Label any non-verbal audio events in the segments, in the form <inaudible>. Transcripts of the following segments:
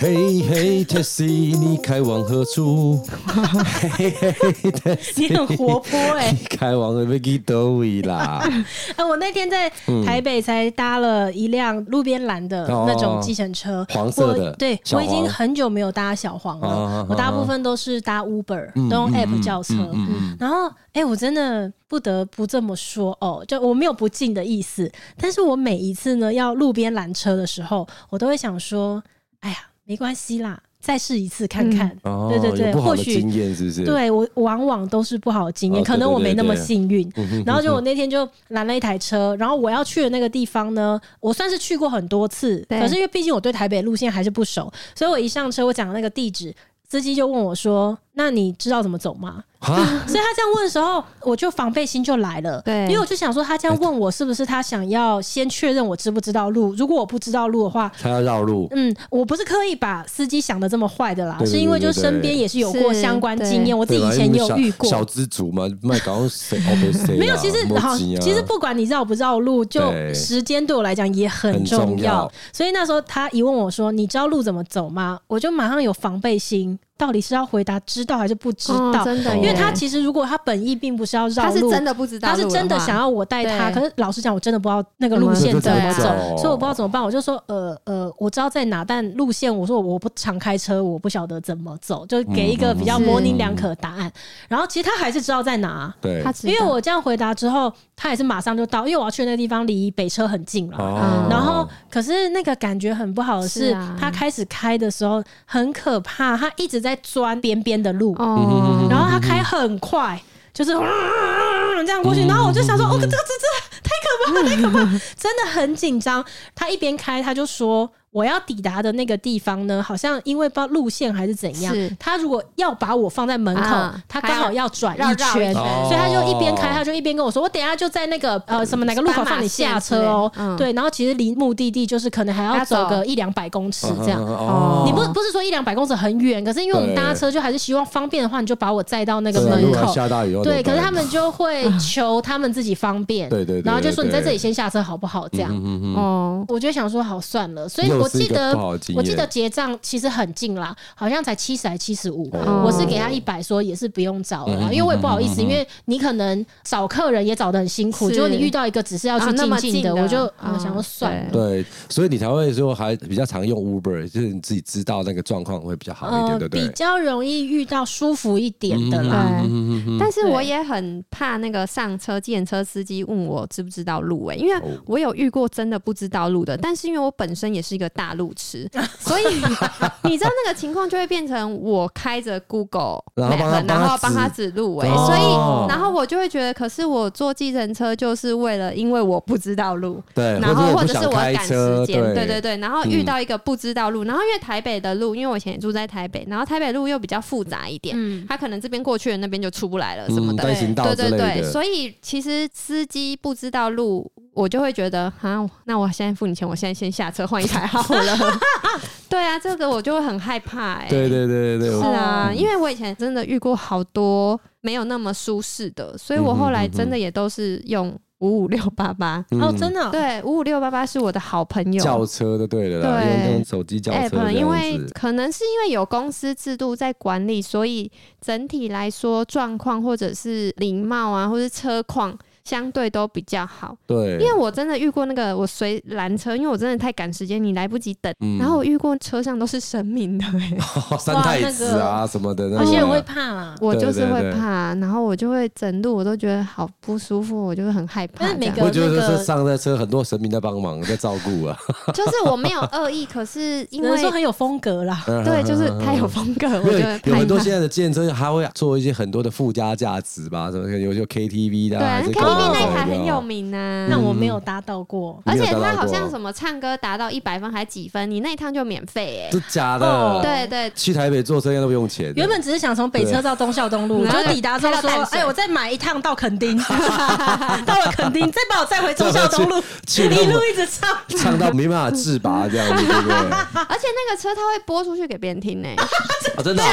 嘿嘿，Taxi，你开往何处？嘿嘿，Taxi，你很活泼 <laughs> 哎、你开往何去多位啦？啊，我那天在台北才搭了一辆路边拦的那种计程车，嗯哦黄色的我对小我黄已经很久没有搭小黄了，啊啊啊啊嗯我大部分都是搭 Uber，、都用 App 叫车。然后，哎、我真的不得不这么说哦，就我没有不敬的意思，但是我每一次呢要路边拦车的时候，我都会想说，哎呀，没关系啦，再试一次看看。哦，对对对，有不好或的许经验是不是？，对我往往都是不好的经验，哦可能我没那么对对对对幸 <laughs> 运。然后就我那天就拦了一台车，然后我要去的那个地方呢，我算是去过很多次，对可是因为毕竟我对台北路线还是不熟，所以我一上车我讲那个地址，司机就问我说：“那你知道怎么走吗？” <laughs> 啊，所以他这样问的时候，我就防备心就来了。对因为我就想说，他这样问我是不是他想要先确认我知不知道路？如果我不知道路的话，他要绕路，嗯，我不是刻意把司机想的这么坏的啦，对对对是因为就对对身边也是有过是相关经对验，我自己对以吧前也因为有小遇过。小资主嘛，卖搞谁哦不谁啦，没有，其实没好，钱啊其实不管你绕不绕路，就对时间对我来讲也很很重重要要。所以那时候他一问我说：“你知道路怎么走吗？”我就马上有防备心，到底是要回答知道还是不知哦道？真的耶，因为他其实如果他本意并不是要绕他是路，真的不知道他路是的话，真的想要我带他，对可是老实讲，我真的不知道那个路线怎么走怎么走，所以我不知道怎么办。我就说，呃呃，我知道在哪，但路线我说我不常开车，我不晓得怎么走，就给一个比较嗯嗯嗯模棱两可的答案。然后其实他还是知道在哪，啊对他，知道因为我这样回答之后，他也是马上就到，因为我要去的那个地方离北车很近了。哦然后，可是那个感觉很不好的是，是啊他开始开的时候很可怕，他一直在钻边边的路。嗯哦，然后他开很快，就是嗯这样过嗯去，然后我就想说，哦，这个这这这太可怕，太可 <laughs> 怕，真的很紧张。他一边开，他就说。我要抵达的那个地方呢，好像因为不知道路线还是怎样是，他如果要把我放在门口，啊他刚好要转绕一绕一圈，圈哦所以他就一边开，他就一边跟我说：“我等一下就在那个呃什么哪个路口放你下车哦。嗯斑马线之类的嗯对，然后其实离目的地就是可能还要还要走走个一两百公尺这样。哦你不不是说一两百公尺很远，可是因为我们对搭车就还是希望方便的话，你就把我载到那个对啊门如果口。下大雨要怎么对，可是办他们就会求他们自己方便，对对对然后就说对你在这里对嗯先下车好不好？这样，哦，我就想说好算了，所以又我是一记个得不好的经我记验得结账其实很近啦，好像才七十还七十五，哦嗯我是给他一百，说也是不用找了啦，因为我也不好意思，因为你可能找客人也找的很辛苦，是结果你遇到一个只是要去啊那静么静近的，的我就啊啊想说算了，对，所以你才会说还比较常用 Uber，就是你自己知道那个状况会比较好一点，对不呃对？比较容易遇到舒服一点的啦。嗯对，但是我对也很怕那个上车计程车司机问我知不知道路哎、欸哦因为我有遇过真的不知道路的，但是因为我本身也是一个大路痴， <laughs> 所以你知道那个情况就会变成我开着 Google 然后帮他 Map，然后帮帮他他指路哎、欸所哦以然后我就会觉得，可是我坐计程车就是为了因为我不知道路，对，然后我或不者是想我开赶车，时间，对对对，嗯对，然后遇到一个不知道路，然后因为台北的路，因为我以前也住在台北，然后台北路又比较复杂一点，嗯他可能这边过去了，那边就出不来了什么嗯，的，单行道对之对类对，的，所以其实司机不知道路，我就会觉得啊，那我现在付你钱，我现在先下车换一台好了， <laughs> 对啊，这个我就会很害怕哎、对对对对嗯是对，啊，因为我以前真的遇过好多没有那么舒适的，所嗯以我后来真的也都是用五五六八八。哦，嗯真的哦、 <laughs> 对，五五六八八是我的好朋友叫车的，对的啦，对用用手机叫车 app，这哎因样为子，可能是因为有公司制度在管理，所以整体来说状况或者是礼貌啊，或是车况相对都比较好。对，啊 <laughs> 因为我真的遇过那个我随拦车，因为我真的太赶时间，你来不及等。嗯然后我遇过车上都是神明 <laughs> 的、欸三哇太那子个啊什么的，那有些人种会啊怕啦。我就是对对会对怕，然后我就会整路我都觉得好不舒服，我就会很害怕但这是样。每 <laughs> 个我觉那得个是上在车，很多神明在帮忙， <laughs> 在照顾啊。就是我没有恶意，可是因有人为说很有风格啦， <laughs> <laughs> 对，就是太有风格，我因就为会有害很多怕现。在的健身，它会做一些很多的附加价值吧，什么有些 KTV 的对啊，啊还是干嘛的，KTV 那一台很有，名啊。嗯但我没有搭到过。而你有且达他到好过像什么唱歌达到一百分还几分，你那一趟就免费哎、这假哦的。对对去台北坐车应该都不用钱的。原本只是想从北车到东校东路，对就抵达之后说开到：“淡水哎，我再买一趟到垦 <laughs> 丁， <laughs> 到了垦丁再把我载回忠孝东路， <laughs> 去去一路一直唱。唱到没办法自 <laughs> 啊拔这样子，对不对？啊 <laughs> 而且那个车他会播出去给别人听哎、啊，真的啊，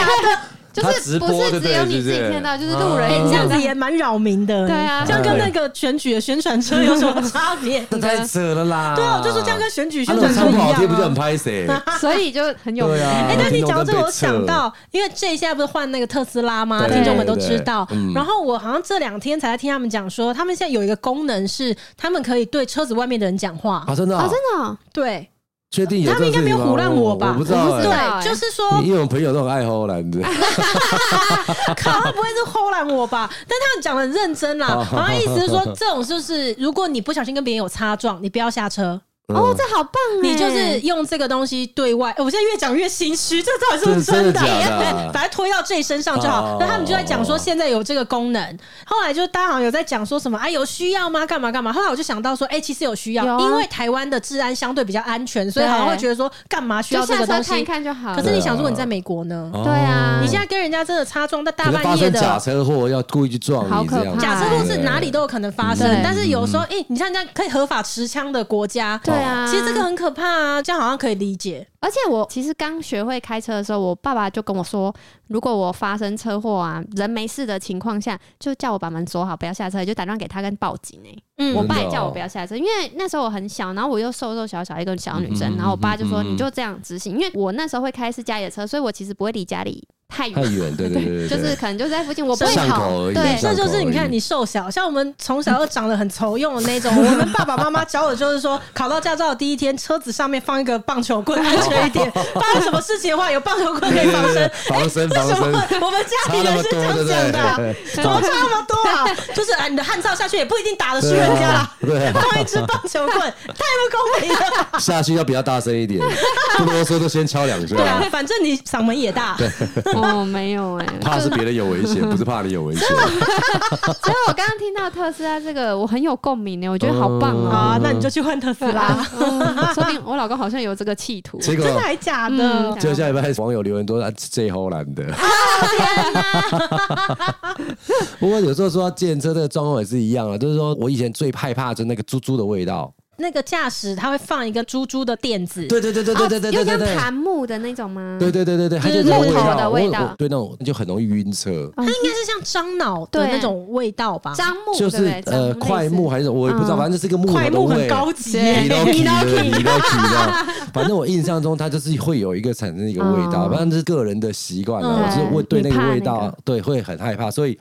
就他是直不播是对不只有对你自己是不是听到，就是路人哎也这听样到子也蛮扰民的、对啊这样跟那个选举的宣传车有什么差 <laughs> 别？那太扯了啦！对啊，我就说这样跟选举啊宣如果传车唱一不好听，不就样很啊。拍谁？ <laughs> 所以就很有名。对啊哎，但你讲到这个，我听想众都被到，因为这现在不是换那个特斯拉吗？对听众们都知道对对对嗯。然后我好像这两天才在听他们讲说，他们现在有一个功能是，他们可以对车子外面的人讲话啊，。真的啊哦，真的哦，对，确定有他这们个应该没有事情吗胡乱我我吧我不知道我不知哎，对，道哎就是说因为我们朋友都很爱吼懒子， <laughs> 靠，他不会是偷懒我吧？但他讲的很认 <laughs> 真啦，好然后意思是说，这种就是如果你不小心跟别人有擦撞，你不要下车，嗯哦，这好棒哎！你就是用这个东西对外。哎我现在越讲越心虚，这到底是不是这真的的？假的啊 <laughs> 对把它推到自己身上就好哦。那他们就在讲说，现在有这个功能。后来就大家好像有在讲说什么，哎，有需要吗？干嘛干嘛？后来我就想到说，哎，其实有需有要，啊因为台湾的治安相对比较安全，所以对好像会觉得说，干嘛需就要这下个车东看一西？看就好了。可是你想，如果你在美国呢？哦对啊你现在跟人家真的擦撞，但大可能半发夜生的假车祸要故意去撞好你可这样，怕假车祸是哪里都有可能发生对，但是有嗯时候，哎、你像这样可以合法持枪的国哦家，对啊，其实这个很可怕啊，这样好像可以理解。而且我其实刚学会开车的时候，我爸爸就跟我说，如果我发生车祸啊，人没事的情况下，就叫我把门锁好，不要下车，就打电话给他跟报警哎、嗯我真的爸也哦叫我不要下车，因为那时候我很小，然后我又瘦瘦小小一个小女嗯嗯生，嗯然后我爸就说嗯嗯你就这样执行，因为我那时候会开是家里的车，所以我其实不会离家里太太远，远，对对 <laughs> 对对，就对是可能就在附近，我不会巷跑口而，已 <laughs> 对，这就是你看你瘦小，像我们从小又长得很丑用的那种。 <laughs> 我们爸爸妈妈教我就是说，考到驾照的第一天，车子上面放一个棒球棍，安全 <laughs> 一点。发生什么事情的话，有棒球棍可以防身。防身为防什身， <laughs> 么我们家差里那人么是多，这对样不讲的啊？对？怎么差那么多啊？就是啊，你的汗罩下去也不一定打得输人家啦。对啊，放一支棒球 <laughs> 棍，太不公平了。下去要比较大声一点，不啰嗦就先敲两下对，啊，反正你嗓门也大，哦，没有哎、怕是别人有危险，不是怕你有危险。所以我刚刚听到特斯拉这个，我很有共鸣呢，我觉得好棒嗯哦、啊，那你就去换特斯拉，嗯说不定我老公好像有这个企图。结果真的还假嗯的？就下礼拜网友留言都是啊这后懒的。不过有时候说到电车这个状况也是一样啊，就是说我以前最害怕就是那个猪猪的味道。那个驾驶他会放一个猪猪的垫子，对对啊对对对对对对对又像对。檀木的那种吗？对对对对对，它就是有那种木头道的我味道我对那种就很容易晕车，它应该是像樟脑的对那种味道吧？樟哦嗯木就对不是对樟呃类似快木还是我也不知道，嗯反正就是一个木头快的木味很。高级耶，你都提了， Inoki 你都提了。 <laughs> 反正我印象中，它就是会有一个产生一个味道，嗯反正这是个人的习惯了。嗯我是会对那你怕个那味道，个对会很害怕。所以，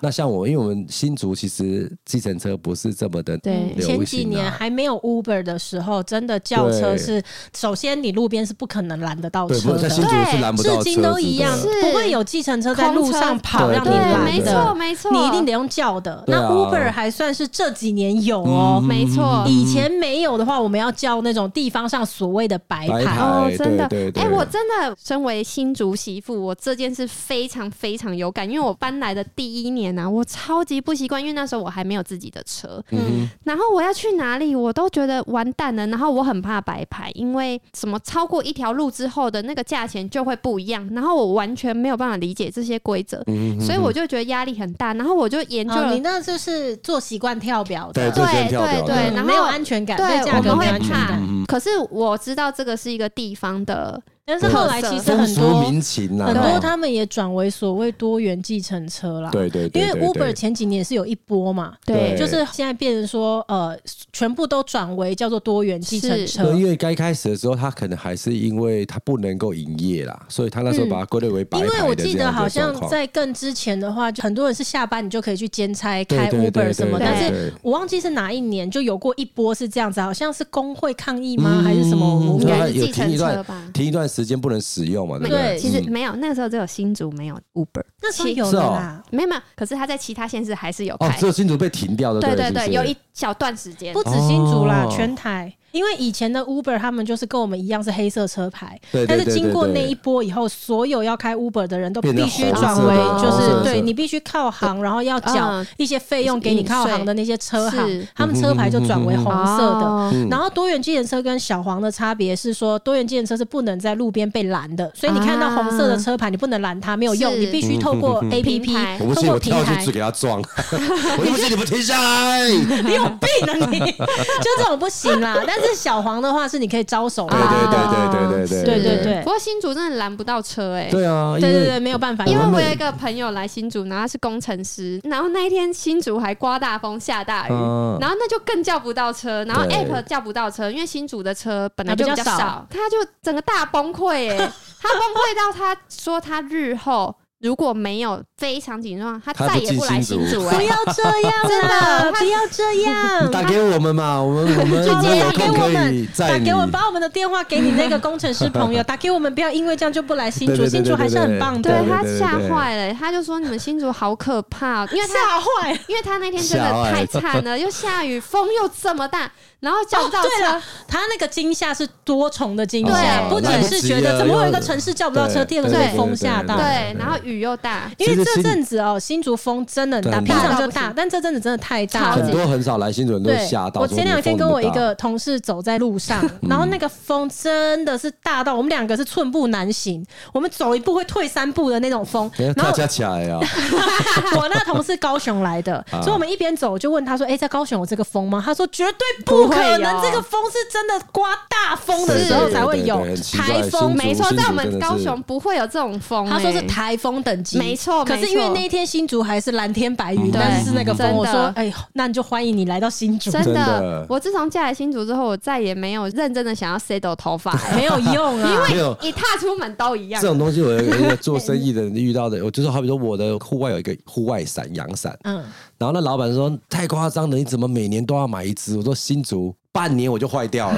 那像我，因为我们新竹其实计程车不是这么的对流行啊前几年还没有 Uber 的时候，真的轿车对是首先你路边是不可能拦得到对，不车过在新的，竹是拦不到至车今都子一的样，是不会有计程车在路上跑空车让你对对，拦没对错的，没错，你一定得用叫的。对啊那 Uber 还算是这几年有嗯哦，没错。以前没有的话，我们要叫那种地方上所谓的白白牌牌。哦哎，真的对对，对哎，我真的身为新竹媳妇，我这件事非常非常有感，因为我搬来的第一年啊，我超级不习惯，因为那时候我还没有自己的车，嗯然后我要去哪里，我都觉得完蛋了，然后我很怕白牌，因为什么超过一条路之后的那个价钱就会不一样，然后我完全没有办法理解这些规则，嗯哼，所以我就觉得压力很大，然后我就研究哦，了你那就是做习惯跳表的，嗯对做对先跳嗯表对的对，然没有啊后安全感，对价格我们没有会安全怕感。可是我知道这个是一个地方的，但是后来其实风很俗多民情呐，很多哦他们也转为所谓多元计程车啦。对对，对因为对对 Uber 前几年也是有一波嘛，对就是现在变成说，呃，全部都转为叫做多元计程车对，。因为该开始的时候，他可能还是因为他不能够营业啦，所以他那时候把它归类为白嗯因牌的这为样我的记得好状像况在更之前的话，就很多人是下班你就可以去兼差对开对对 Uber 什么，对但是对我忘记是哪一年就有过一波是这样子，好像是工会抗议吗？嗯还是什么？我嗯应对该它是有计停程一车段吧？停一段时间不能使用嘛，对不对其实嗯没有，那个时候只有新竹没有 Uber，那时候其有是的哦啦。没有没有，可是他在其他县市还是有哦开，，只有新竹被停掉的，对对对对，有一小段时间不。止新竹啦，哦全台。因为以前的 Uber 他们就是跟我们一样是黑色车牌，对对但是对对经过对那一波以后，所有要开 Uber 的人都变成必须红转色为的就红色是的对你必须靠行，然后要缴嗯一些费用给你靠行的那些车是行，他们车牌就转为红色的。哦然后多元计程车跟小黄的差别是说，多元计程车是不能在路边被拦的，所以你看到红色的车牌，你不能拦它，没有用，啊是你必须透过 A P 平 P，台我不透信过我平跳进台 <laughs> 去。给他撞，我就不信你们停下来。因为我有病啊你！ <laughs> 就这种不行啦。但是小黄的话是你可以招手的，对对对对对对啊对对对不过新竹真的拦不到车哎、对啊，因对对对，为没有办法，因为我们我有一个朋友来新竹，然后他是工程师，然后那一天新竹还刮大风下大雨，嗯然后那就更叫不到车，然后对 app 叫不到车，因为新竹的车本来啊就比较较少少，他就整个大崩溃哎、 <laughs> 他崩溃到他说他日后如果没有非常紧张，他他再不也进不来新新竹竹哎、不要这样啦， <laughs> 真的不要 <laughs> 这样。打给我们嘛，我 <laughs> 们我们就我直们接有打给空我可以们，打载你给。我把我们的电话给你那个工程师 <laughs> 朋友，打给我们，不要因为这样就不来新对竹，对对新竹还是很棒对的，他对对对吓对坏了，他就说你们新竹好可怕哦，因为他吓坏了。因为他那天真的吓坏太了惨了，又下雨，风又这么大，然后叫不到哦对车，了他那个惊吓是多重的惊吓，对不只是觉哦得来不及啊怎么会有一个城市叫不到车，对第二个是被对风吓到。对，然后雨又大，因为其实这新阵子哦，新竹风真的很大，对平常就大到不大行，但这阵子真的太大超很了。级多很少来新竹人都对吓，到。我说前两怎天跟么我一风嗯那么个同事走在 <laughs> 路上，然后那个风真的是大到我们两个是寸步难行，我们走一步会退三步的那种风大，。然哎大后家起来啊， <laughs> 我那同事高雄来的，啊所以我们一边走就问他说：“哎、在高雄有这个风吗？”他说：“绝对不可不能，会有这个风是真的刮大风的时候是才会有对对对很奇怪台呃新风。竹没错，新在竹真我们的高是雄不会有这种”风、他说是欸台风等级，没错可是因为没错那一天新竹还是蓝天白云，嗯但是对那个风，真的我说：“哎、呦，那你就欢迎你来到新竹。”真真的的。我自从嫁来新竹之后，我再也没有认真的想要 settle <laughs> 头发了，没有用啊，因没有一踏出门都一样这。种东西，我有一个做生意的人遇 <laughs> 到的，我就是好比说我的户外有一个户外伞阳伞，嗯，然后那老板说太夸张了，你怎么每年都要买一只？我说新竹半年我就坏掉了，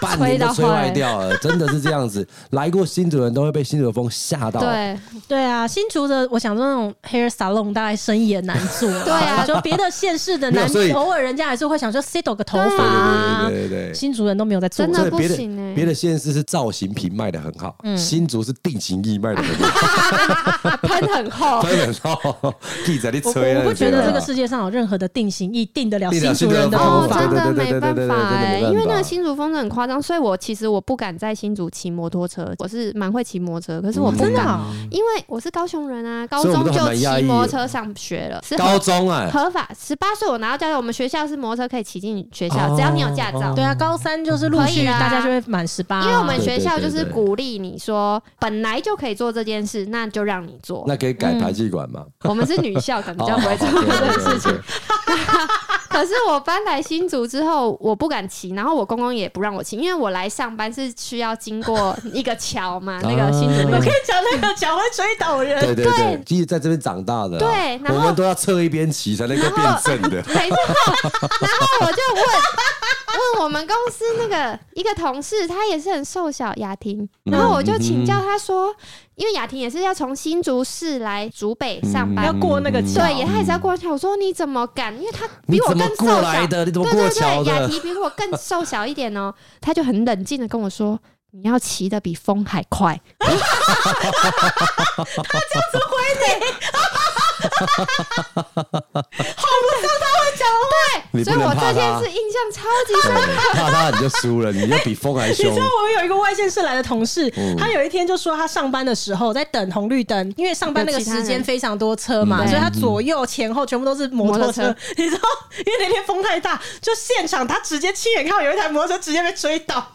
半年都吹坏掉了，真的是这样子。来过新竹人都会被新竹的风吓到，对，对啊，新竹的我想说那种 hair salon 大概生意也难做 <laughs> 啊，对啊就别的县市的没有难所以，偶尔人家还是会想说 settle 个头发对啊对，对对对对。新竹人都没有在做真的真的，别不行欸的别的县市是造型品卖的很好，新竹是定情意卖的很好，喷 <laughs> 很厚。真的哦，地在那我吹啊，我不觉样得啊这个世界上有任何的定型意定得了定得新了竹人新竹的人头哦的，发头。真的对没对对对办对对法哎、真的没办法因为那个新竹风真的很夸张，所以我其实我不敢在新竹骑摩托车。我是蛮会骑摩托车，可是我嗯不真的敢，啊，因为我是高雄人啊，高哦所以我中们都还就蛮压抑骑的摩托车上学了，是高中哎，合法。十八岁我拿到驾照，我们学校是摩托车可以骑进学校，哦只要你有驾照。对啊，高三就是陆可以续啦大家就会满十八，啊因为我们啊对学校就对是对鼓励你说，本来就可以做这件事，那就让你做。那可以改排气管吗？我们是女校，可能比较不会做哦这种事。对对对情对。 <laughs> 可是我搬来新竹之后，我不敢骑，然后我公公也不让我骑，因为我来上班是需要经过一个桥嘛，那个新竹啊我那们个可以讲那个讲会追倒人，对对对，其实在这边长大的啊，对然后我们都要侧一边骑才能够变正的。没错。然后我就问问我们公司那个一个同事，她也是很瘦小雅婷，嗯然后我就请教她说，因为雅婷也是要从新竹市来竹北上班嗯要，过那个桥，对，也她也是要过桥。我说你怎么敢？因为她 <laughs> 你比我怎更么瘦过小来。的？你怎么对过对桥对，雅的？婷比我更瘦小一点哦， <laughs> 她就很冷静的跟我说。你要骑的比风还快， <laughs> <laughs> 你所以不能我怕这件他事，印象超级深对 <laughs> 怕他你就输了，你就比风还你凶嗯知。道我们有一个外县市来的同事，他有一天就说他上班的时候在等红绿灯，因为上班那个时间非常多车嘛，有嗯其所他以他人左右前后全部都是摩托车摩托。 <laughs> 你知道，因为那天风太大，就现场他直接亲眼看到有一台摩托车直接被追倒，啊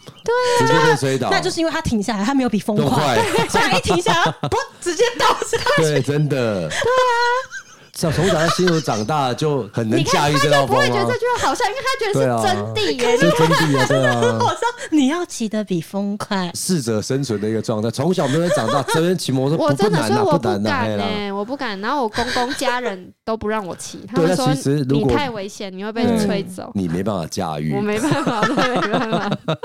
直接被追倒，那就是因为他停下来，他没有比风更快，快。所以他一停下 <laughs> 来，不直接倒下。对，真的。对啊。像从小在新竹长大，就很 <laughs> 能你驾看驭她这就道不风会觉得啊这。句话好笑，因为她觉对啊得是真谛耶，这真的啊，对啊我。说你要骑得比 <laughs> 风快，适者生存的一个状态，从小没有长大，这边骑摩托车我不真不的难是啊，我不难啊，嘿敢哎呢、啦我不敢。然后我公公家人都不让我骑，他对们那说其实如你果嗯太危险，你会被对吹走。你没办法驾驭我。没办法，我没办法。嗯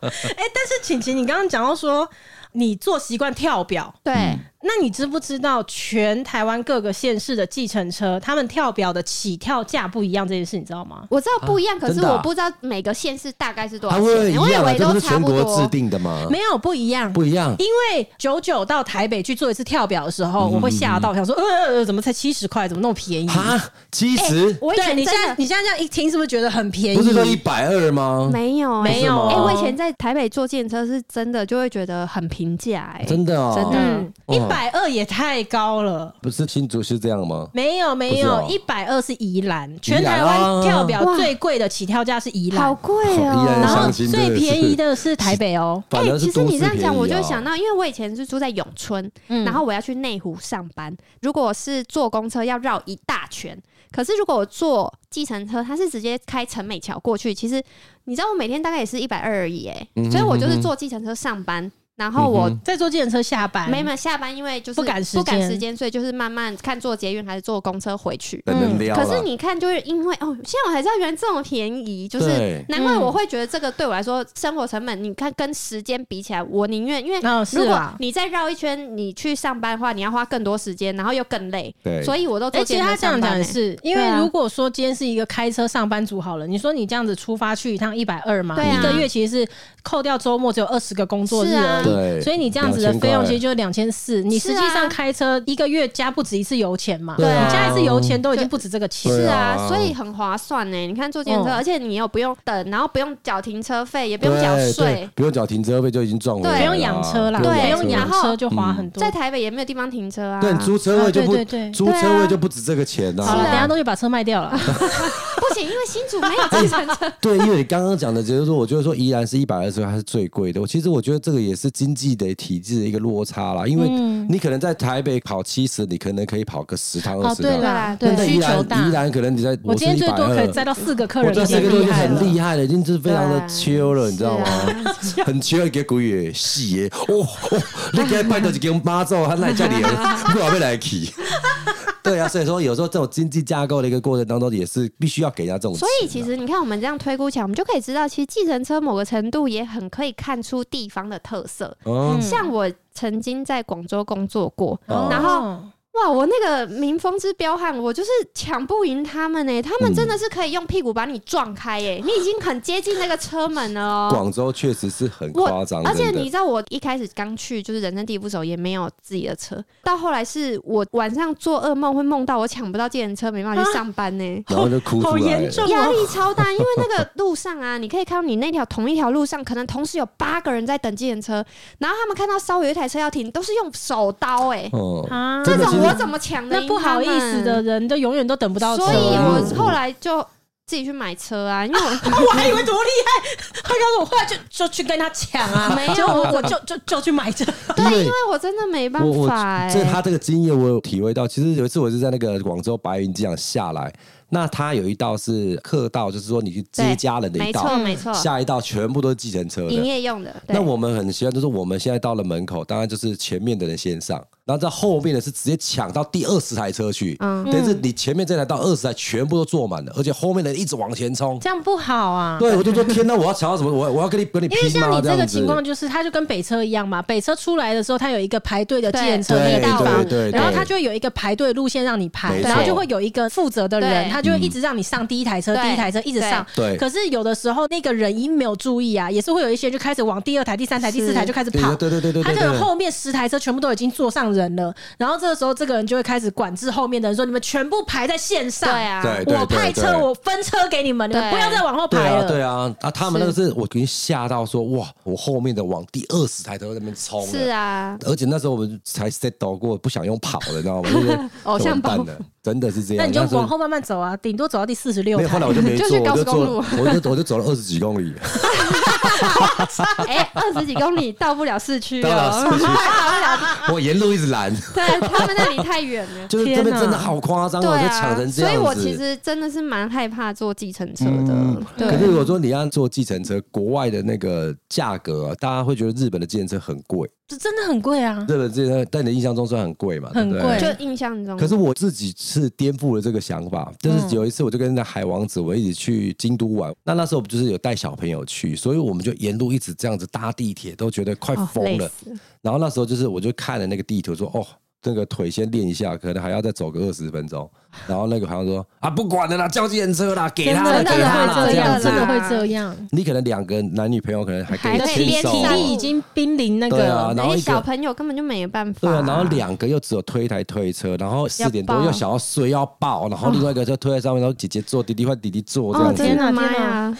哎、但是晴晴，你刚刚讲到说你做习惯跳表， <laughs> 嗯对，那你知不知道全台湾各个县市的计程车，他们跳表的起跳价不一样这件事，你知道吗？我知道不一样，可是真的啊我不知道每个县市大概是多它少会一钱欸，我以样啊，为这不都是差全不国制多。定的吗？没有不一样，呃不一样。因为九九到台北去做一次跳表的时候，我会吓到，想说呃呃，呃怎么才七十块，怎么那么便宜？嗯哈，七十我以对前你现真在的你现在这样一听，是不是觉得很便宜？不是说一百二吗？哎啊没有没有不哎、是欸吗我以前在台北坐电车是真的就会觉得很平价哎、真的哦，真的嗯，一哇百二也太高了。不是新竹是这样吗？哎没有没不是有哦，一百二是宜兰，全台湾跳表最贵的起跳价是宜好兰，贵依然然哦。后伤心真最的是便宜的是台北哦。反而是欸其实都你市这样便讲，宜我就啊想到，因为我以前是住在永春，嗯然后我要去内湖上班，如果是坐公车要绕一大圈，可是如果我坐计程车，它是直接开城美桥过去，其实你知道我每天大概也是一百二而已，哎，嗯哼所以我就嗯是哼坐计程车上班，然后我嗯再坐计程车下班，没满下班，因为就是不赶时不赶间时间，所以就是慢慢看坐捷运还是坐公车回去。等人撩啊嗯可啦是你看，就是因为哦，现在我才知道原来这么便宜，就是对嗯难怪我会觉得这个对我来说生活成本，你看跟时间比起来，我宁愿因为嗯是啊如果你再绕一圈，你去上班的话，你要花更多时间，然后又更累，对所以我都哎、坐其捷实运他这样上班、讲也欸。是，因对为啊如果说今天是一个开车上班族好了，你说你这样子出发去一趟一百二嘛，对啊一个月其实是扣掉周末只有二十个工作日是啊而已，对，所以你这样子的2000费用块其实就两千四。你实际上开车一个月加不止一次油钱嘛，对啊你加一次油钱都已经不止这个钱。对是啊哦啊，所以很划算欸呢。你看坐捷运车，嗯而且你又不用等，然后不用缴停车费，也不用缴对税对，不用缴停车费就已经赚回来了啊对不啦，用养车啦，对不用对养然后车就花很多。在台北也没有地方停车啊。对，你租车位就不啊对对对租车位就不止这个钱呐。好了，是啊等一下都去把车卖掉了。不行，因为新竹没有计程 <laughs> 车。对，因为你刚刚讲的，就是说，我觉得说宜兰是一百二十块，它是最贵的。我其实我觉得这个也是经济的体制的一个落差啦，因为嗯你可能在台北跑七十，你可能可以跑个十趟哦二，十对趟。啦，那对在需宜兰求宜大。兰可能你在我今天最多可以载在，到四个客我人，这已四经个都已厉经害了很。厉害了，已经是非常的对啊秋了，你知道吗？是啊很秋一个鬼月，死耶！哦，哦你给拜到一间妈祖，他来这里，不要被来 <laughs> 去。对啊，所以说有时候这种经济架构的一个过程当中，也是必须要给人家这种钱啊。所以其实你看，我们这样推估起来，我们就可以知道，其实计程车某个程度也很可以看出地方的特色。嗯，像我曾经在广州工作过，哦然后哇，我那个民风之彪悍，我就是抢不赢他们呢、欸他们嗯真的是可以用屁股把你撞开耶、你已经很接近那个车门了哦、 <laughs> 广州确实是很我夸张，而且真的你知道，我一开始刚去就是人生地不熟，也没有自己的车。到后来是我晚上做噩梦，会梦到我抢不到计程车，没办法啊去上班呢、<laughs> 欸然后就哭出好来严了。重哦，压力超大，因为那个路上啊，你可以看到你那条同一条路上，可能同时有八个人在等计程车，然后他们看到稍微有一台车要停，都是用手刀哎、嗯，啊！真这的种是我怎么抢的？那不好意思的，人，就永远都等不到车。所以哦我嗯后来就自己去买车啊，因为我 <laughs> 我还以为多厉害，他告诉我，后来就就去跟他抢啊，没有结果我我就就就去买这，因为因为我真的没办我我法哎、这他这个经验我有体会到。其实有一次我是在那个广州白云机场下来，那他有一道是客道，就是说你去接对家人的一没错道，没错，下一道全部都是计程车营的。业用的。对那我们很习惯，就是我们现在到了门口，当然就是前面的人先上，然后在后面的是直接抢到第二十台车去，嗯但是你前面这台到二十台全部都坐满了，而且后面的人一直往前冲，这样不好啊。对，我就说天哪，我要抢到什么？我我要跟你跟你因为拼像吗？这你这样个子。情况，就是它就跟北车一样嘛。北车出来的时候，它有一个排队的计程车那个对地对方对对，对然后它就会有一个排队路线让你排，没错然后就会有一个负责的人，对他就会一直让你上第一台车，对第一台车一直上。对可是有的时候那个人因没有注意啊，也是会有一些就开始往第二台、第三台、第四台是就开始对跑。对对对对对他可能对后面十台车全部都已经坐上人了，然后这个时候这个人就会开始管制后面的人说：“你们全部排在线上，对啊，对我派对车，对我分车给你们，你们对不要再往后对排啊，了。”对啊，啊，他们那个是我已经吓到说，哇，我后面的往第二十台都在那边冲了是，啊， <laughs> 而且那时候我们才 set 到过，不想用跑的，你知道吗？就是 <laughs> 偶像包怎么办呢真的是这样。那你就时候往后慢慢走啊，顶多走到第四十六没有，后来我就没 <laughs> 就做，去高我速就公做，路我就我就走了二十几公 <laughs> 里，哎、二十几公里到不了市 <laughs> 区到了市 <laughs> 哦，区我沿路一直拦，对他们那里太远了。 <laughs> 就是这天边哪真的好夸张对哦，就啊抢，成这所样以子。我其实真的是蛮害怕坐计程车的。嗯可对，是我说你要坐计程车，国外的那个价格、啊，大家会觉得日本的计程车很贵，这真的很贵啊！日本计程车在你的印象中算很贵嘛，很对不贵对？就印象嗯中，可是我自己是颠覆了这个想法，就是有一次我就跟那海王子我一起去京都玩，那那时候我们就是有带小朋友去，所以我们就沿路一直这样子搭地铁，都觉得快哦疯累了。死然后那时候就是我就看了那个地图说，哦，这个腿先练一下，可能还要再走个二十分钟。然后那个好像说啊，不管了啦，叫计程车啦，给真他的了，真给的他会了，这这样样，子真。的啦会这样。你可能两个男女朋友可能还可还以可以牵边手，骑体力一已经濒临那对啊个，然那后些一个小朋友根本就没办法。对啊，然后两个又只有推台推车，然后四点多要抱又想要睡要抱，然后另外一个就推在上面，然后姐姐坐，弟弟换弟弟坐这哦，样子，真的天妈哪天呀！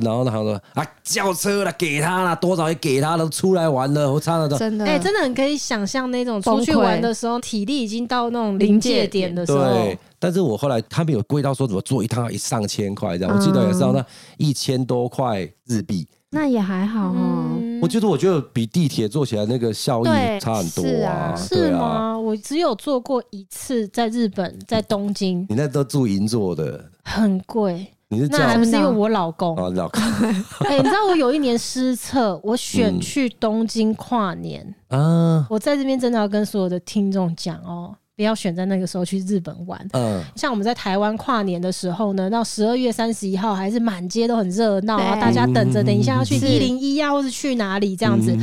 然后呢，他说啊，叫车了，给他了，多少也给他了，出来玩了，我差了都。真的，哎、真的很可以想象那种出去啊崩溃玩的时候，体力已经到那种临界点的时哦候对，，但是我后来他们有贵到说怎么做一趟一上千块这样，我记得也是要那一千多块日币，那也还好哦。嗯我觉得我觉得比地铁坐起来那个效益对差很多是啊啊，是对啊，吗？我只有做过一次，在日本，在东京，你那都住银座的，很贵。你是叫哦那还啊不是因为我老公？老哎、你知道我有一年失策，我嗯选去东京跨年。啊我在这边真的要跟所有的听众讲哦，不要选在那个时候去日本玩。嗯像我们在台湾跨年的时候呢，到十二月三十一号还是满街都很热闹啊，对大家等着等一下要去是一零一啊，或是去哪里这样子。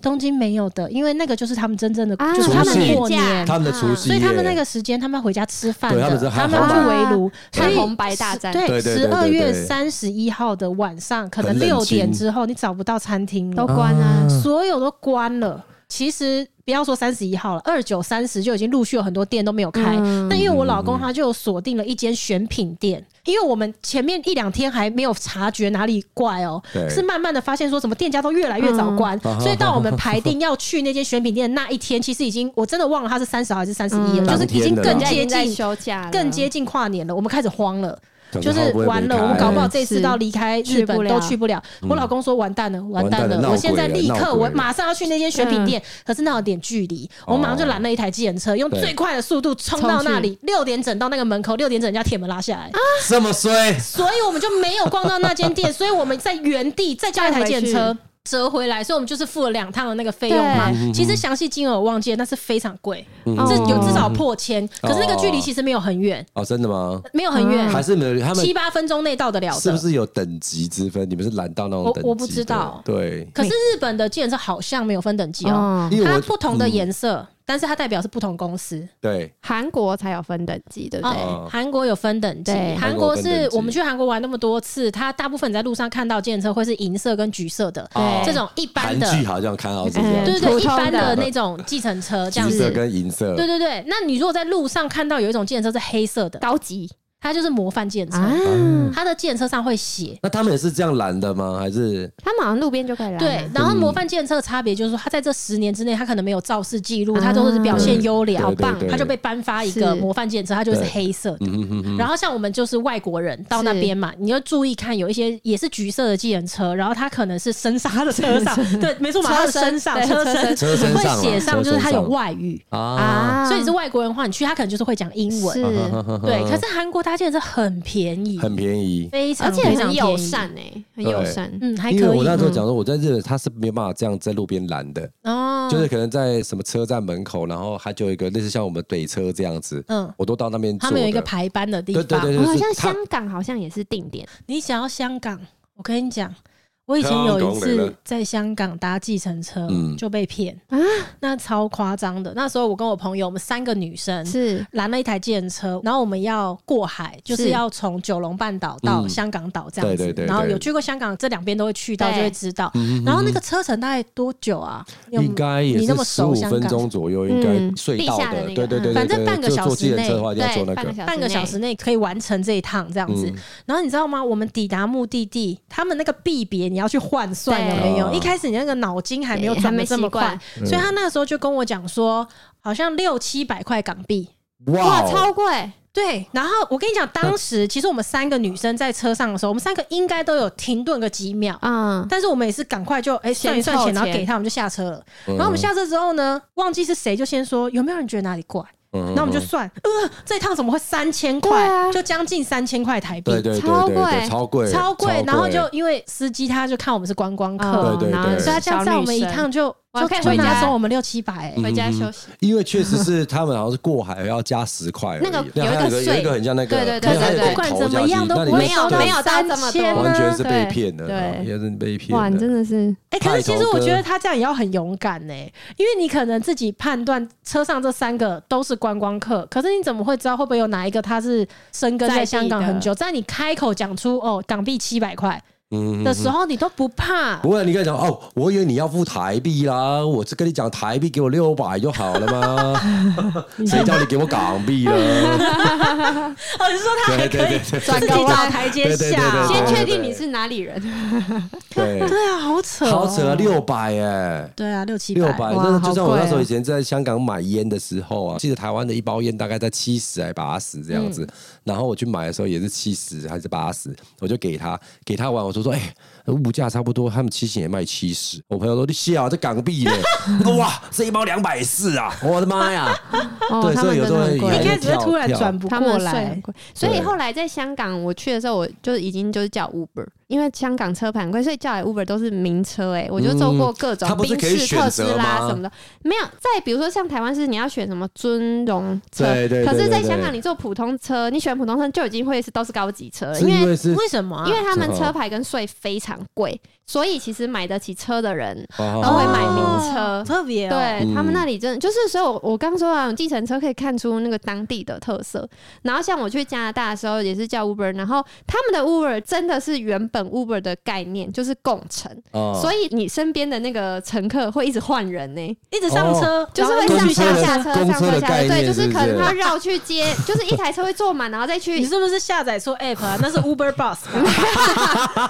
东京没有的，因为那个就是他们真正的，啊就是他们除夕过年。他们的除夕所夜，以他们那个时间，他们要回家吃饭对他们的是，他汉们堡要去围炉，看所以红白大战对对，对十对对二对月三十一号的晚上，可能很冷六点清之后，你找不到餐厅了都。关啊，嗯所有都关了。其实不要说三十一号了，二九、三十就已经陆续有很多店都没有开。嗯但因为我老公他就有锁定了一间选品店，因为我们前面一两天还没有察觉哪里怪哦、对嗯是慢慢的发现说怎么店家都越来越早关，所以到我们排定要去那间选品店的那一天，其实已经我真的忘了他是三十还是三十一了，嗯就是已经更人家已接经在近休假了，更接近跨年了，我们开始慌了。想就说是会不会完没了，我们开嗯搞不好这次是到离开日去不本了都去不了。我老公说完蛋了，完蛋完蛋了了，闹我鬼现在了立闹刻，鬼我了马上要去那间选嗯品店，可是那有点距离，我马上就拦了一台计程车，用哦对最快的速度冲冲到那去啊里，六点整到那个门口，六点整人家铁门拉下来，这么衰，所以我们就没有逛到那间 <laughs> 店，所以我们在原地再加一台电再回车。折回来，所以我们就是付了两趟的那个费用嘛。其实详细金额我忘记了，但是非常贵，嗯哦这有至少破千。可是那个距离其实没有很远，哦，真的吗？没有很嗯远，还是没有他们七八分钟内到得了的。是不是有等级之分？你们是拦到那种我等级的我不知道对，可是日本的计程车好像没有分等级哦，哦，因为它我嗯不同的颜色，但是它代表是不同公司。对，韩国才有分等级，对不对？哦，韩国有分等级，对韩韩国国分等是级我们去韩国玩那么多次，它大部分在路上看到计程车会是银色跟橘色的，哦这种一般韩的，嗯剧好像看到是这样，对对普对，一通般的的那种计程车这样橘色子。跟银色，对对对，那你如果在路上看到有一种计程车是黑色的，高级它就是模范计程啊车，，它的计程车上会写。那他们也是这样拦的吗？还是他们好像路边就可以来，对，，然后嗯模范建设差别就是说，他在这十年之内，他可能没有肇事记录，他都是表现优良，对对对对他就被颁发一个啊是模范建设，他就是对黑色的。嗯哼哼然后像我们就是外国人到那边嘛，你就注意看，有一些也是橘色的计程车，然后他可能是身上，他的车上， <laughs> 对，没错嘛，他的身上，车车身身对车身上啊会写上就是他有车身上外语，啊？啊，所以你是外国人的话，你去他可能就是会讲英文。是，对，可是韩国搭建设很便宜，嗯很便宜。非常而且非常很便友宜，善哎，很友善，嗯，还因为可我以那时候讲说，我在日本他是没有办法这样在路边拦的，哦，就是可能在什么车站门口，然后他就有一个类似像我们北车这样子，嗯我都到那边坐的。他们有一个排班的地对方。对对，哦就好是像他香港好像也是定点，你想要香港，我跟你讲，我以前有一次在香港搭计程车嗯就被骗啊那超夸张的。那时候我跟我朋友，我们三个女生。是拦了一台计程车，然后我们要过海，就是是要从九龙半岛到嗯香港岛这样子。对对对对嗯然后有去过香港，这两边都会去到，对就会知道。然后那个车程大概多久啊？你有应该也你那是么十熟五香分港钟左右，应该嗯隧地道下的的，那个对对对，嗯反正对对半个就小坐时计程车内的话一定要对坐那半个个小时半个小时内可以完成这一趟这样子。嗯然后你知道吗？我们抵达目的地，他们那个币别你要去换算有没有？对一开始你那个脑筋还没有对转的还没这么习惯快，所以他那个时候就跟我讲说，好像六七百块港币。哇哇，哦，超贵，对，然后我跟你讲，当时其实我们三个女生在车上的时候，我们三个应该都有停顿个几秒，嗯，但是我们也是赶快就哎、算一算钱，然后给他，我们就下车了。嗯然后我们下车之后呢，忘记是谁就先说有没有人觉得哪里怪，嗯，那我们就算，呃，这一趟怎么会三千对块？啊就将近三千块台币对，对对超对对，贵超贵，超贵。然后就因为司机他就看我们是观光客，嗯对对对所以他这样载我们一趟就我就可以就回拿家走我们六七百、欸，回家休息。因为确实是他们好像是过海要加十块而已，那个还有有一个个有税一个很像那个，对对可是对对它有对个头不管怎么样加进去都那不你没有收到没有到三这么千多，啊完全是被对骗的，啊对也是被骗哇，你真的。嗯的是哎、可是其派实头我哥觉得他这样也要很勇敢呢、因为你可能自己判断车上这三个都是观光客，可是你怎么会知道会不会有哪一个他是生根在在地香港很的久？在你开口讲出哦港币七百块嗯的时候，你都不怕。不会，你跟他讲哦，我以为你要付台币啦，我是跟你讲台币给我六百就好了嘛，谁叫你给我港币了？哦，你是说对对对对转自己个找弯，台阶对对对下？对先对确定你是哪里人。 <laughs> 对对，对啊，好扯、好扯，六百哎。对啊，六七六百。百，哦哇那就好像我贵那时候哦以前在香港买烟的时候啊，记得台湾的一包烟大概在七十还八十这样子，嗯然后我去买的时候也是七十还是八十，我就给他给他完，我就说哎、物价差不多，他们七十也卖七十，我朋友说你笑这港币呢， <laughs> 我说哇这一包两百四啊，我的妈呀，哦对，他所以们有时真候的很也贵一还开始会突然跳转不他们过的税来很，贵，所以对后来在香港我去的时候，我就已经就是叫 Uber，因为香港车牌很贵，所以叫来 Uber 都是名车哎、我就坐过各嗯它种不是宾可以士、选特斯择拉吗什么的，没有。再比如说像台湾是你要选什么尊荣车，对对对可是在香对港对你坐普通车，你选普通车就已经会是都是高级车了，是因因为。为是为什么、啊？因为他们是哦车牌跟税非常贵，所以其实买得起车的人哦都会买名哦车哦特别、哦、对、嗯他们那里真的就是，所以我我刚说啊，计程车可以看出那个当地的特色。然后像我去加拿大的时候也是叫 Uber，然后他们的 Uber 真的是原本 Uber 的概念就是共乘，哦所以你身边的那个乘客会一直换人呢、一直上车，哦就是会然后上一直下跟下车，公上车的下下概念车，对，就是是不可能是他绕去接，就是一台车会坐满，然后再去你是不是下载错 app 啊？那是 Uber Bus，吧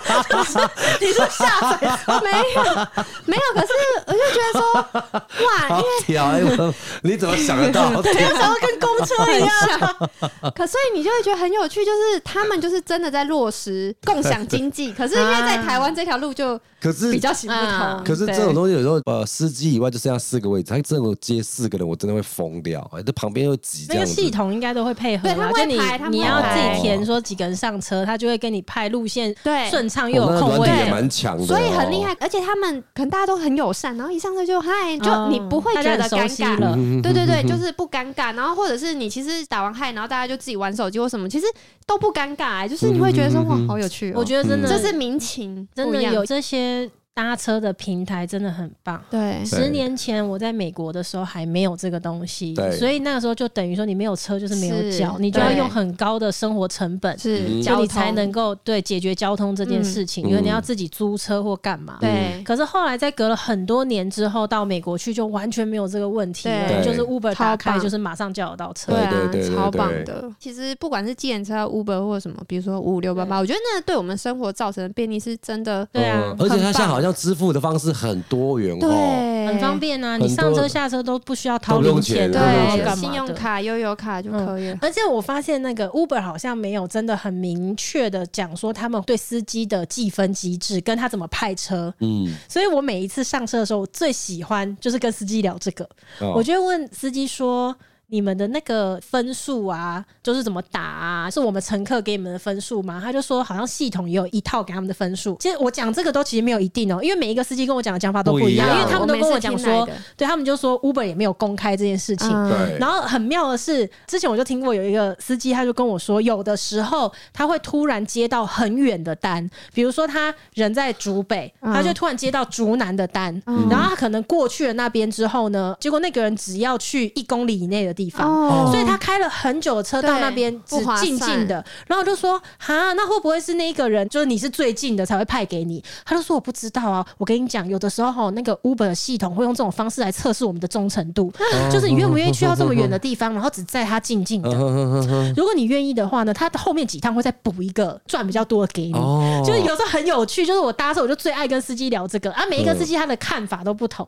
你是下载错没有没有，可是我就觉得说，哇，好屌，哎我你怎么想得 <laughs> 到？那时候跟公车一很样。像。可所以你就会觉得很有趣，就是他们就是真的在落实共享经济，可是因为在台湾这条路就可是比较行不通。啊可是对这种东西有时候，呃，司机以外就剩下四个位置，他这种接四个人，我真的会疯掉。哎这旁边又挤这那样个子，系统应该都会配合对他啦，们就会你排他们你会要自排己填说几个人上车，他就会跟你派路线，对顺畅哦又有那空软位体也了。蛮强的、哦所以很厉害，。而且他们可能大家都很友善，然后一上车就嗨，就嗯你不会觉大得家很尴熟悉尬了对对对，就是不尴尬。然后或者是你其实打完嗨，然后大家就自己玩手机或什么，其实都不尴尬、哎就是你会觉得说哇，好有趣、哦。我觉得真的，这是民情，真不的一样有这些搭车的平台，真的很棒。对十年前我在美国的时候还没有这个东西对，所以那个时候就等于说你没有车就是没有是脚，你就要对用很高的生活成本是嗯就交你才通能够对解决交通这件事情，嗯因为你要自己租车或干嘛。对。可是后来在隔了很多年之后，到美国去就完全没有这个问题对了，就是 Uber 超打棒开就是马上叫得到车对。啊，对对对超对棒的。其实不管是计程车、Uber 或者什么，比如说五五六八八，我觉得那对我们生活造成的便利是真的，对啊嗯而且它很棒现在好像支付的方式很多元哦化，对，很方。便啊！很多你上车下车都不需要掏都不用零钱钱，都不用对干嘛对，的信用。卡、悠游卡就嗯可以了。而且我发现那个 Uber 好像没有真的很明确的讲说他们对司机的计分机制，跟他怎么派车。嗯，所以我每一次上车的时候，我最喜欢就是跟司机聊这个。哦我就会问司机说：“你们的那个分数啊，就是怎么打啊？是我们乘客给你们的分数吗？”他就说：“好像系统也有一套给他们的分数。”其实我讲这个都其实没有一定哦、因为每一个司机跟我讲的讲法都不一样，不一样因为他们都跟我讲说我每次听来的，对他们就说 Uber 也没有公开这件事情。嗯对，然后很妙的是，之前我就听过有一个司机，他就跟我说，有的时候他会突然接到很远的单，比如说他人在竹北，嗯他就突然接到竹南的单，嗯然后他可能过去了那边之后呢，结果那个人只要去一公里以内的地方。哦所以他开了很久的车到对那边，只不划静静算的，然后我就说哈，那会不会是那一个人，就是你是最近的才会派给你？他就说我不知道啊，我跟你讲，有的时候吼那个 Uber 系统会用这种方式来测试我们的忠诚 <laughs> 度，哦就是你愿不愿意去到这么远的地方，然后只载他静静的。哦如果你愿意的话呢，他后面几趟会再补一个赚比较多的给你。哦就是有时候很有趣，就是我搭车我就最爱跟司机聊这个啊，每一嗯个司机他的看法都不同，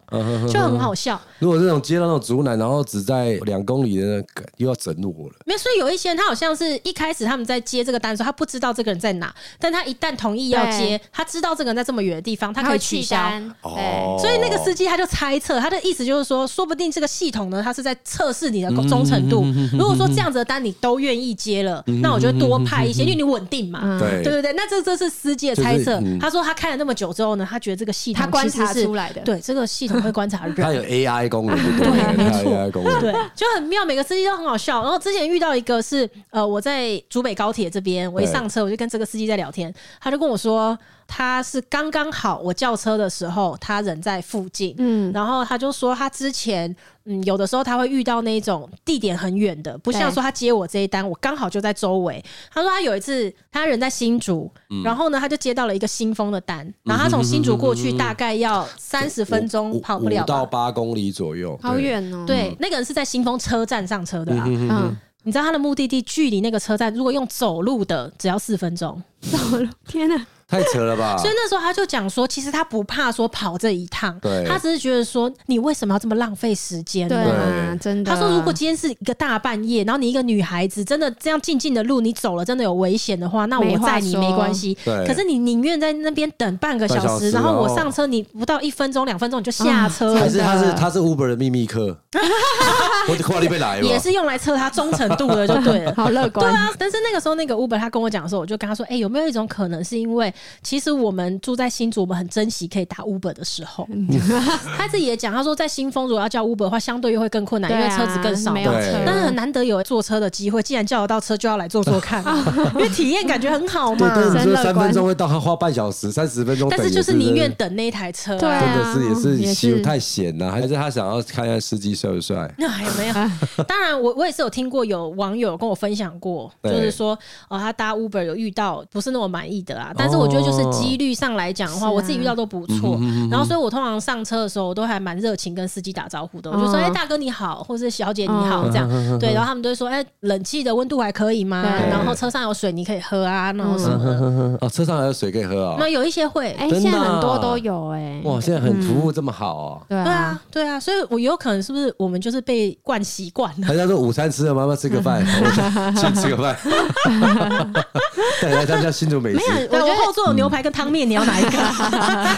就很好笑。如果这种接到那种竹篮，然后只在两公公里的那个又要整我了。没有，所以有一些人他好像是一开始他们在接这个单的时候，他不知道这个人在哪，但他一旦同意要接，他知道这个人在这么远的地方，他可以取消。单，哦对，所以那个司机他就猜测，他的意思就是说，说不定这个系统呢，它是在测试你的忠诚度。嗯 <laughs> 如果说这样子的单你都愿意接了，那我就多派一些，因为你稳定嘛，嗯对对不对？那这这是司机的猜测就是嗯。他说他看了那么久之后呢，他觉得这个系统他观察其实是出来的对，这个系统会 <laughs> 观察人。它有 AI 功能，对不对，对没它有错 AI 功能，对， <laughs> 就很妙，每个司机都很好笑。然后之前遇到一个是，呃，我在竹北高铁这边，我一对上车我就跟这个司机在聊天，他就跟我说，他是刚刚好我叫车的时候，他人在附近，嗯，然后他就说他之前，嗯，有的时候他会遇到那种地点很远的，不像对说他接我这一单，我刚好就在周围。他说他有一次他人在新竹，嗯然后呢他就接到了一个新丰的单，然后他从新竹过嗯去大概要三十分钟，五跑不了五到吧。八公里左右，好对。远哦，，对，那个人是在新丰车站上车的啦。嗯，你知道他的目的地距离那个车站，如果用走路的，只要四分钟。嗯嗯 <laughs> 天哪，太扯了吧！所以那时候他就讲说，其实他不怕说跑这一趟对，他只是觉得说，你为什么要这么浪费时间对呢？啊，真的，他说：“如果今天是一个大半夜，然后你一个女孩子真的这样静静的路你走了，真的有危险的话，那没我话载你没说关系。对可是你宁愿在那边等半个半小小时，啊时哦然后然后我上车，你不到一分钟、两分钟你就下车还了，是真的他是他是 Uber 的秘密 <laughs> 客，我就跨立被来了，也是用来测他忠诚度的，就对了。”好乐对观，啊，但是那个时候那个 Uber 他跟我讲的时候，我就跟他说：“哎、有没有一种可能是因为其实我们住在新竹，我们很珍惜可以打 Uber 的时候？”嗯 <laughs> 他自己也讲，他说在新丰如果要叫 Uber 的话，相对又会更困难，对啊因为车子更少嘛没有对车，但是很难得有坐车的机会，既然叫得到车，就要来坐坐 <laughs> 看，因为体验感觉很好对嘛。对，你真说乐三观分钟会到，他花半小时、三十分钟等但也，是就是宁愿等那一台车、对真啊的是也是也嫌是太闲了，还是他想要看看司机帅不帅？ <laughs> 那还有没有？当然我，我也是有听过有网友跟我分享过，就对是说，哦，他搭 Uber 有遇到不是那么满意的啊。但是我觉得就是几率上来讲的话，是啊我自己遇到都不错。然后，所以我通常上车的时候，我都还蛮热情跟司机打招呼的。我就说，嗯哎、大哥你好，或是小姐你好，嗯这样。对，然后他们都会说，哎、冷气的温度还可以吗？对然后车上有水你可以喝啊，然后什么的。哦，车上还有水可以喝啊那！有一些会，哎，真的啊现在很多都有，哎，嗯哇，现在很服务这么好哦。对对啊啊，，对啊，所以我有可能是不是我们就是被惯习惯 <laughs> 了？还是他说午餐吃了吗，妈妈吃个 <laughs> 饭，我想请吃个饭，带来他们家新竹美没有食，对我我觉得后座有牛排跟汤面，你要哪一个？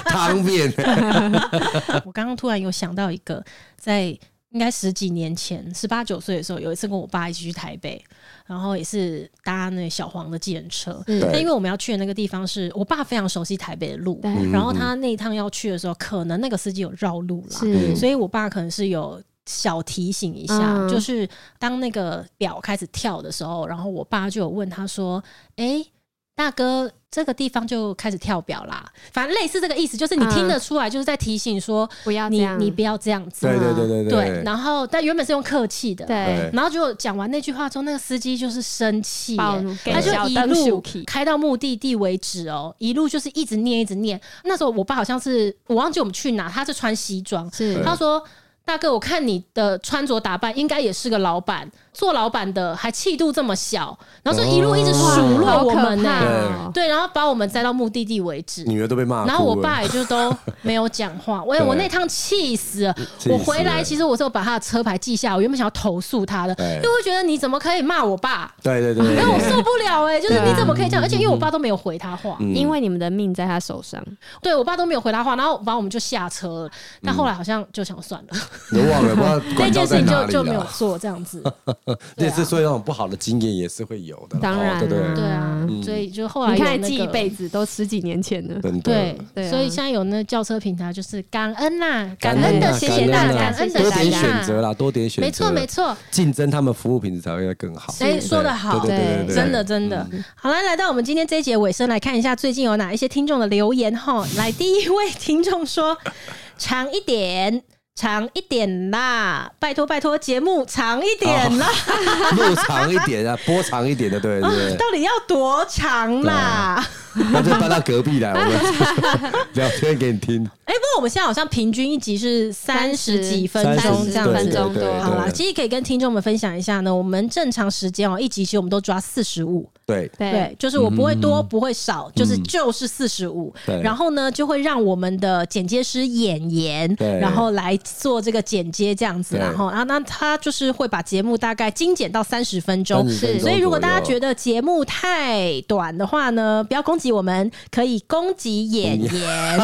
汤面。我刚刚突然有想到一个，在应该十几年前，十八九岁的时候，有一次跟我爸一起去台北，然后也是搭那小黄的计程车。是但对因为我们要去的那个地方是我爸非常熟悉台北的嗯路，对，嗯然后他那一趟要去的时候，可能那个司机有绕路啦，是，嗯所以我爸可能是有。小提醒一下，嗯就是当那个表开始跳的时候，然后我爸就有问他说：“哎、大哥，这个地方就开始跳表啦。”反正类似这个意思，就是你听得出来，就是在提醒说，不嗯要这你样，你不要这样子。对对对对对，然后但原本是用客气的，对对然后结果讲完那句话之后，那个司机就是生气耶、暴怒，他就给小一灯路数起开到目的地为止哦，一路就是一直念一直念。那时候我爸好像是我忘记我们去哪，他是穿西装，是他说：“大哥，我看你的穿着打扮，应该也是个老板，做老板的还气度这么小，然后就一路一直数落哦好我可们呢、怕对哦，对，然后把我们载到目的地为止。”女儿都被骂哭了，然后我爸也就都没有讲话，我也对我那趟气死了。气我死回来了其实我是有把他的车牌记下，我原本想要投诉他的，对因为我觉得你怎么可以骂我爸？对对对对，因为我对受不了哎、就是对啊你怎么可以这样？而且因为我嗯爸都没有回他话，因为你们的命在他手上，对我爸都没有回他话，然后反正我们就下车了。但后来好像就想算了，你都忘了，不知道那管道件事在情哪里就啊就没有了。做这样 <laughs> 子。对类啊似所以那种不好的经验也是会有的啦，当然哦对不啊对？对啊，所以就后来你有看那记一个辈子都十几年前了，真的对，对啊所以现在有那轿车平台，就是感恩呐，感恩恩的啊谢感谢恩大啊家，感恩的多大点家，选择啦，多点选择，没错没，错。竞争他们服务品质才会更好。哎、说的好，对嗯对对对对真的真的。好了，来到我们今天这一节尾声，来看一下最近有哪一些听众的留言哈。来，第一位听众说：“长一点，长一点啦，拜托拜托，节目长一点哦啦，路长一点 <laughs> 啊，波长一点的，对对啊对，到底要多长啦？”那就搬到隔壁来，我们 <laughs> 聊天给你听。哎、不过我们现在好像平均一集是三十几分三钟十这样子，对分钟对对多对好啦，啊对其实可以跟听众们分享一下呢，我们正常时间哦、一集其实我们都抓四十五对对对，就是我不会多，不会少，就是就是四十五嗯对。然后呢，就会让我们的剪接师演员，对然后来做这个剪接这样子啦，对然后啊，那他就是会把节目大概精简到三十分钟。 30分钟所以如果大家左右觉得节目太短的话呢，不要攻击我们，可以攻击演 <laughs> 员。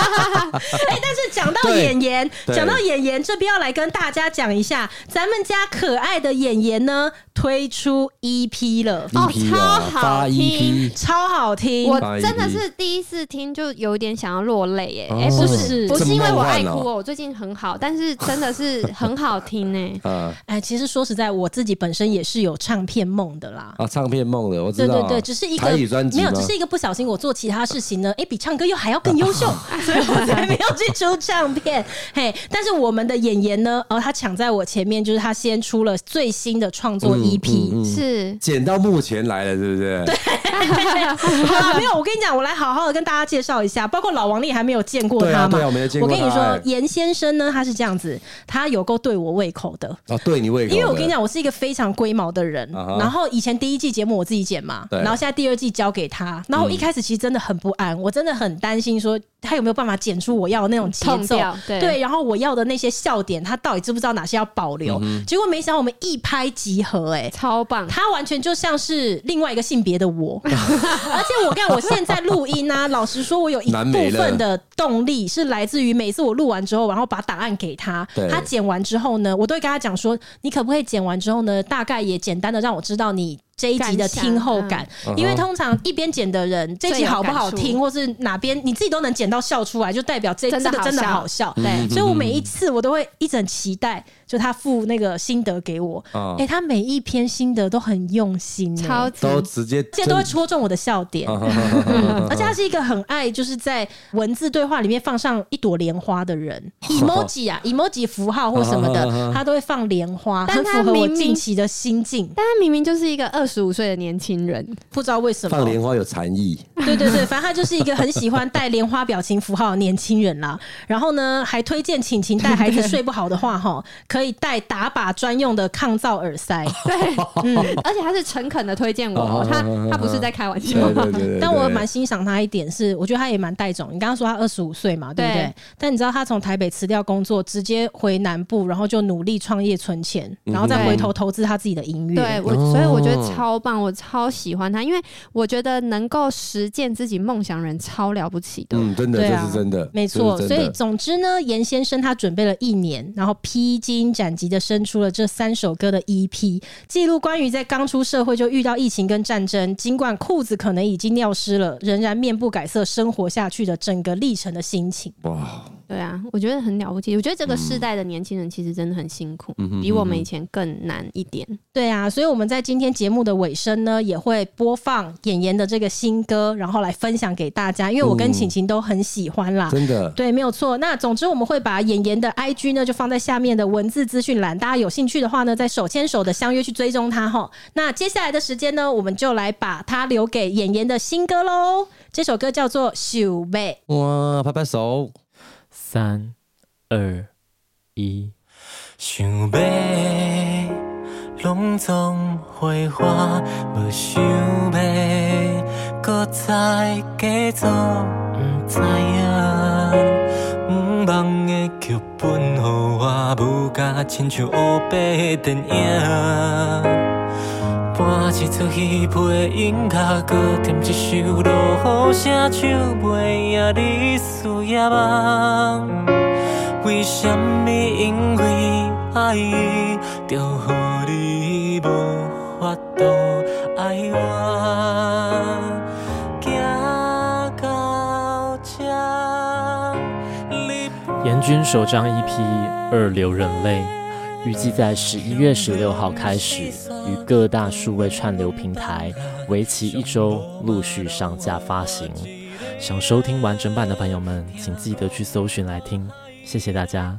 哎、但是讲到对演员，对讲到演员这边要来跟大家讲一下，咱们家可爱的演员呢推出 EP 了，哦 EP 超啊，好发听 EP，超好听。我发一真的批是第一次听，就有点想要落泪耶！哦哎，不是是不这是么因为我梦幻爱哭哦。哦，我最近很好，但是真的是很好听 <laughs> 呢啊哎，其实说实在，我自己本身也是有唱片梦的啦。啊，唱片梦的，我知对道对啊，对，只是一个台语专辑没有，吗只是一个不小心，我做其他事情呢，哎，比唱歌又还要更 <laughs> 优秀，所以我才没有去出唱片。 <laughs> 嘿，但是我们的演员呢，呃，他抢在我前面，就是他先出了最新的创嗯作 E EP。是 <laughs> 剪到目前来了，对不对？对，好啦啊没有，我跟你讲，我来好好的跟大家介绍一下，包括老王你也还没有见过对他啊嘛。对啊我没有见我过跟你他说哎，严先生呢，他是这样子，他有够对我胃口的。哦，对你胃口的，因为我跟你讲，我是一个非常龟毛的人。啊哈然后以前第一季节目我自己剪嘛，对嗯然后现在第二季交给他。然后我一开始其实真的很不安，我真的很担心说他有没有办法剪出我要的那种节痛奏掉，对然后我要的那些笑点，他到底知不知道哪些要保留？嗯结果没想到我们一拍即合、哎。超棒，他完全就像是另外一个性别的我，而且我看我现在录音啊，老实说，我有一难部没了分的动力是来自于每次我录完之后，然后把档案给他对，他剪完之后呢，我都会跟他讲说，你可不可以剪完之后呢，大概也简单的让我知道你。这一集的听后感，想嗯因为嗯哼通常一边剪的人，这一集好不好最有感听，触或是哪边你自己都能剪到笑出来，就代表这真的这个好真的笑好笑。嗯对所以我每一次我都会一直很期待，就他付那个心得给我。哎、哦他每一篇心得都很用心、欸，超而级都直接啊且都会戳中我的笑点。嗯，而且他是一个很爱就是在文字对话里面放上一朵莲花 <laughs> 的人，emoji 啊，emoji 符号或什么嗯的，他都会放莲花，但很他符合我明明近期的心境。但他明明就是一个二十五岁的年轻人，不知道为 <laughs> 什么放莲花有禅意，对对对，反正他就是一个很喜欢带莲花表情符号的年轻人啦。然后呢，还推荐晴晴带孩子睡不好的话，哈，可以带打靶专用的抗噪耳 <laughs> 塞。对，哦而且他是诚恳的推荐我哦，他他不是在开玩笑对，对对对。对但我蛮欣赏他一点是，我觉得他也蛮带种。你刚刚说他二十五岁嘛，对不对？对但你知道他从台北辞掉工作，直接回南部，然后就努力创业存钱，嗯然后再回头投资他自己的音乐。对我，所以我觉得超棒，我超喜欢他，因为我觉得能够实践自己梦想的人超了不起的。嗯，真的，对这啊是真的，没错，这是所真的以总之呢，严先生他准备了一年，然后披荆斩棘的生出了这三首歌的 EP，记录关于在刚出社会就遇到疫情跟战争，尽管裤子可能已经尿湿了，仍然面不改色生活下去的整个历程的心情。哇，对啊，我觉得很了不起。我觉得这个世代的年轻人其实真的很辛苦，比我们以前更难一点。对啊，所以我们在今天节目的尾声呢，也会播放演员的这个新歌，然后来分享给大家，因为我跟晴晴都很喜欢啦。嗯真的对，没有错。那总之，我们会把演员的 IG 呢，就放在下面的文字资讯栏，大家有兴趣的话呢，再手牵手的相约去追踪他哈。那接下来的时间呢，我们就来把它留给演员的新歌喽。这首歌叫做《秀妹》。哇，拍拍手，三、二、一。想要拢总会花，无想要搁再假装不知影。毋望的剧本，予我舞甲亲像黑白的电影。搬一出戏配音乐，搁点一首落雨声，唱袂赢你事业梦。为什么因为爱伊，就予你无法度爱我？行到这，你严君首张 EP《二流人类》预计在十一月十六号开始，于各大数位串流平台为期一周陆续上架发行。想收听完整版的朋友们，请记得去搜寻来听。谢谢大家，